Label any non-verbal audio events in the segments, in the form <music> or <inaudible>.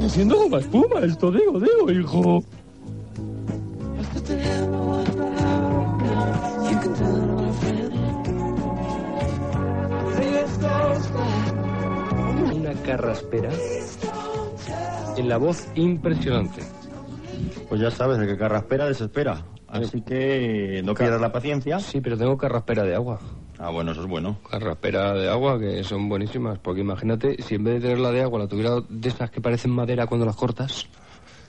haciendo como espuma esto, digo, digo, hijo. Una carraspera en la voz impresionante. Pues ya sabes, el que carraspera desespera. Así que no pierdas la paciencia. Sí, pero tengo carraspera de agua. Ah, bueno, eso es bueno. Carraspera de agua que son buenísimas, porque imagínate, si en vez de tener la de agua la tuviera de esas que parecen madera cuando las cortas,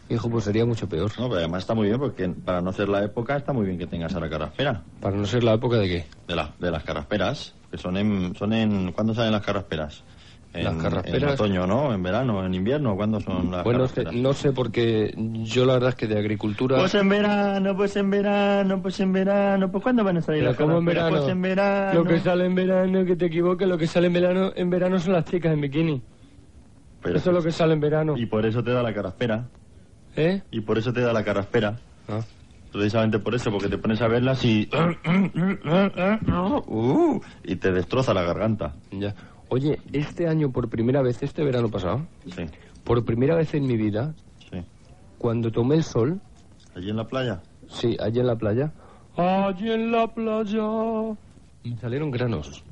hijo, pues sería mucho peor. No, pero además está muy bien porque para no ser la época está muy bien que tengas a la carraspera. Para no ser la época de qué. De, la- de las carrasperas, que son en, son en... ¿Cuándo salen las carrasperas? En, Las carrasperas- En otoño, ¿no? ¿En verano? ¿En invierno? ¿Cuándo son las Bueno, carrasperas? no sé, porque yo la verdad es que de agricultura... Pues en verano, pues en verano, pues en verano. Pues ¿cuándo van a salir Pero las ¿cómo en carrasperas? verano? Pues en verano. Lo que sale en verano, que te equivoques, lo que sale en verano, en verano son las chicas en bikini. Pero- Eso es lo que sale en verano. Y por eso te da la carraspera. ¿Eh? Y por eso te da la carraspera. Ah. Precisamente por eso, porque te pones a verlas y... <coughs> Uh, y te destroza la garganta. Ya. Oye, este año por primera vez, este verano pasado, Sí, por primera vez en mi vida, sí. cuando tomé el sol, Allí en la playa. sí, allí en la playa, Allí en la playa. me salieron granos.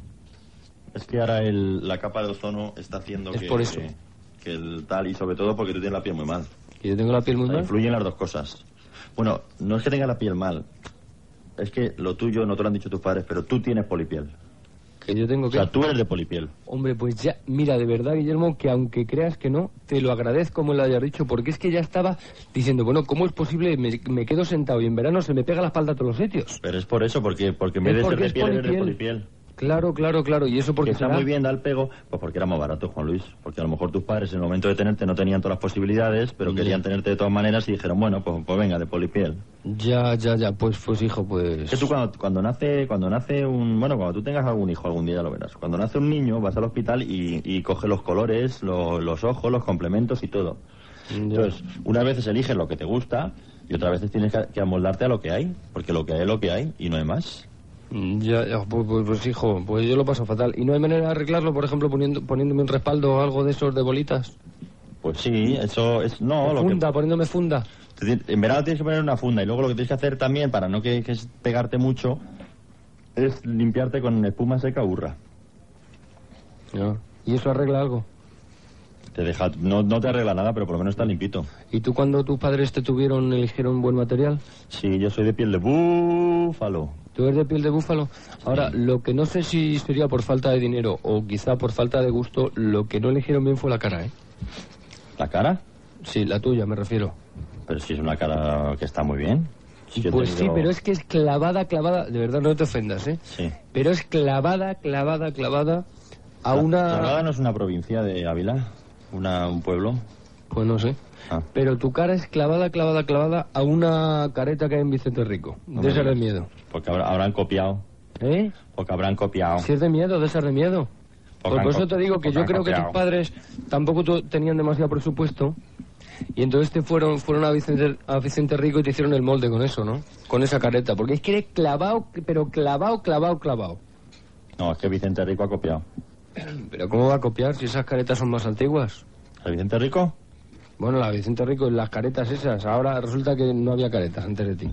Es que ahora el, la capa de ozono está haciendo Es que... por eso. Que, que el tal, y sobre todo porque tú tienes la piel muy mal. Y yo tengo la piel muy mal. Influyen las dos cosas. Bueno, no es que tenga la piel mal. Es que lo tuyo no te lo han dicho tus padres, pero tú tienes polipiel. Que yo tengo O que... sea, tú eres de polipiel. Hombre, pues ya, mira, de verdad, Guillermo, que aunque creas que no, te lo agradezco me lo hayas dicho, porque es que ya estaba diciendo, bueno, ¿cómo es posible? Me, me quedo sentado y en verano se me pega la espalda a todos los sitios. Pero es por eso, porque, porque en Es vez de ser porque de es piel, eres de polipiel. polipiel. Claro, claro, claro, y eso porque Porque está será- muy bien dar el pego, pues porque era más barato, Juan Luis. Porque a lo mejor tus padres en el momento de tenerte no tenían todas las posibilidades, pero Ya. querían tenerte de todas maneras y dijeron, bueno, pues, pues venga, de polipiel. Ya, ya, ya, pues, pues hijo, pues... Es que tú cuando, cuando nace, cuando nace un, bueno, cuando tú tengas algún hijo algún día lo verás. Cuando nace un niño vas al hospital y, y coge los colores, lo- los ojos, los complementos y todo. Ya. Entonces, unas veces eliges lo que te gusta y otras veces tienes que, que amoldarte a lo que hay, porque lo que hay es lo que hay y no hay más. Ya, ya, pues, pues- pues, hijo, pues yo lo paso fatal. ¿Y no hay manera de arreglarlo, por ejemplo, poniendo, poniéndome un respaldo o algo de esos de bolitas? Pues sí, eso es no, lo que funda, poniéndome funda. Te tien- En verano tienes que poner una funda y luego lo que tienes que hacer también para no que, que es pegarte mucho es limpiarte con espuma seca burra. Ya. ¿Y eso arregla algo? Te deja, no, no te arregla nada, pero por lo menos está limpito. ¿Y tú cuando tus padres te tuvieron eligieron buen material? Sí, yo soy de piel de búfalo. Tú eres de piel de búfalo. Ahora, lo que no sé si sería por falta de dinero o quizá por falta de gusto, lo que no eligieron bien fue la cara, ¿eh? ¿La cara? Sí, la tuya, me refiero. Pero si es una cara que está muy bien. Si yo he pues sí, tenido- pero es que es clavada, clavada. De verdad, no te ofendas, ¿eh? Sí. Pero es clavada, clavada, clavada a La- una... Granada no es una provincia de Ávila, una, un pueblo. Pues no sé. Ah. Pero tu cara es clavada, clavada, clavada a una careta que hay en Vicente Rico. No de me esa de digas. miedo. Porque habrá- habrán copiado. ¿Eh? Porque habrán copiado. Si es de miedo, de esa de miedo. Pues Porque han por eso co- te digo que porque yo han creo que tus copiado. padres tampoco tu- tenían demasiado presupuesto. Y entonces te fueron, fueron a, Vicente, a Vicente Rico y te hicieron el molde con eso, ¿no? Con esa careta. Porque es que eres clavado, pero clavado, clavado, clavado. No, es que Vicente Rico ha copiado. Pero ¿cómo va a copiar si esas caretas son más antiguas? ¿El Vicente Rico? Bueno, la Vicente Rico, las caretas esas. Ahora resulta que no había caretas antes de ti.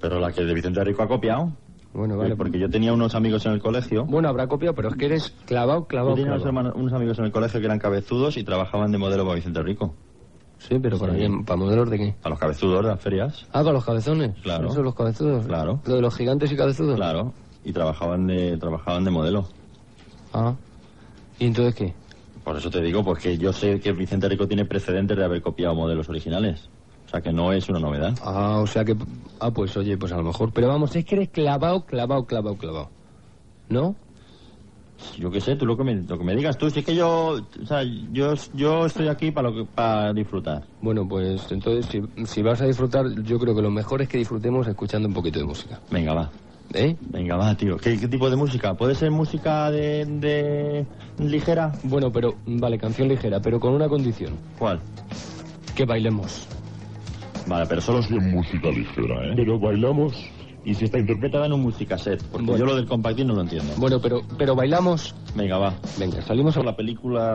Pero la que de Vicente Rico ha copiado. Bueno, vale. pues- Porque yo tenía unos amigos en el colegio. Bueno, habrá copiado, pero es que eres clavado, Yo clavado, tenía unos, clavado. hermanos- unos amigos en el colegio que eran cabezudos y trabajaban de modelo para Vicente Rico. Sí, pero ¿para Sí. qué? ¿Para modelos de qué? A los cabezudos de las ferias. Ah, para los cabezones. Claro. Eso, los cabezudos. Claro. Lo de los gigantes y cabezudos. Claro. Y trabajaban de, trabajaban de modelo. Ah. ¿Y entonces qué? Por eso te digo, porque yo sé que Vicente Rico tiene precedentes de haber copiado modelos originales. O sea que no es una novedad. Ah, o sea que... Ah, pues oye, pues a lo mejor. Pero vamos, es que eres clavado, clavado, clavado, clavado. ¿No? Yo qué sé, tú lo que me, lo que me digas tú. Si es que yo, o sea, yo, yo estoy aquí para, lo que, para disfrutar. Bueno, pues entonces si, si vas a disfrutar, yo creo que lo mejor es que disfrutemos escuchando un poquito de música. Venga, va. ¿Eh? Venga, va, tío. ¿Qué, qué tipo de música? ¿Puede ser música de, de ligera? Bueno, pero vale, canción ligera, pero con una condición. ¿Cuál? Que bailemos. Vale, pero solo si Bien música ligera, ¿eh? Pero bailamos y si está interpretada en un musicaset, porque Bueno. yo lo del compactín no lo entiendo. Bueno, pero, pero bailamos. Venga, va. Venga, salimos a Por la película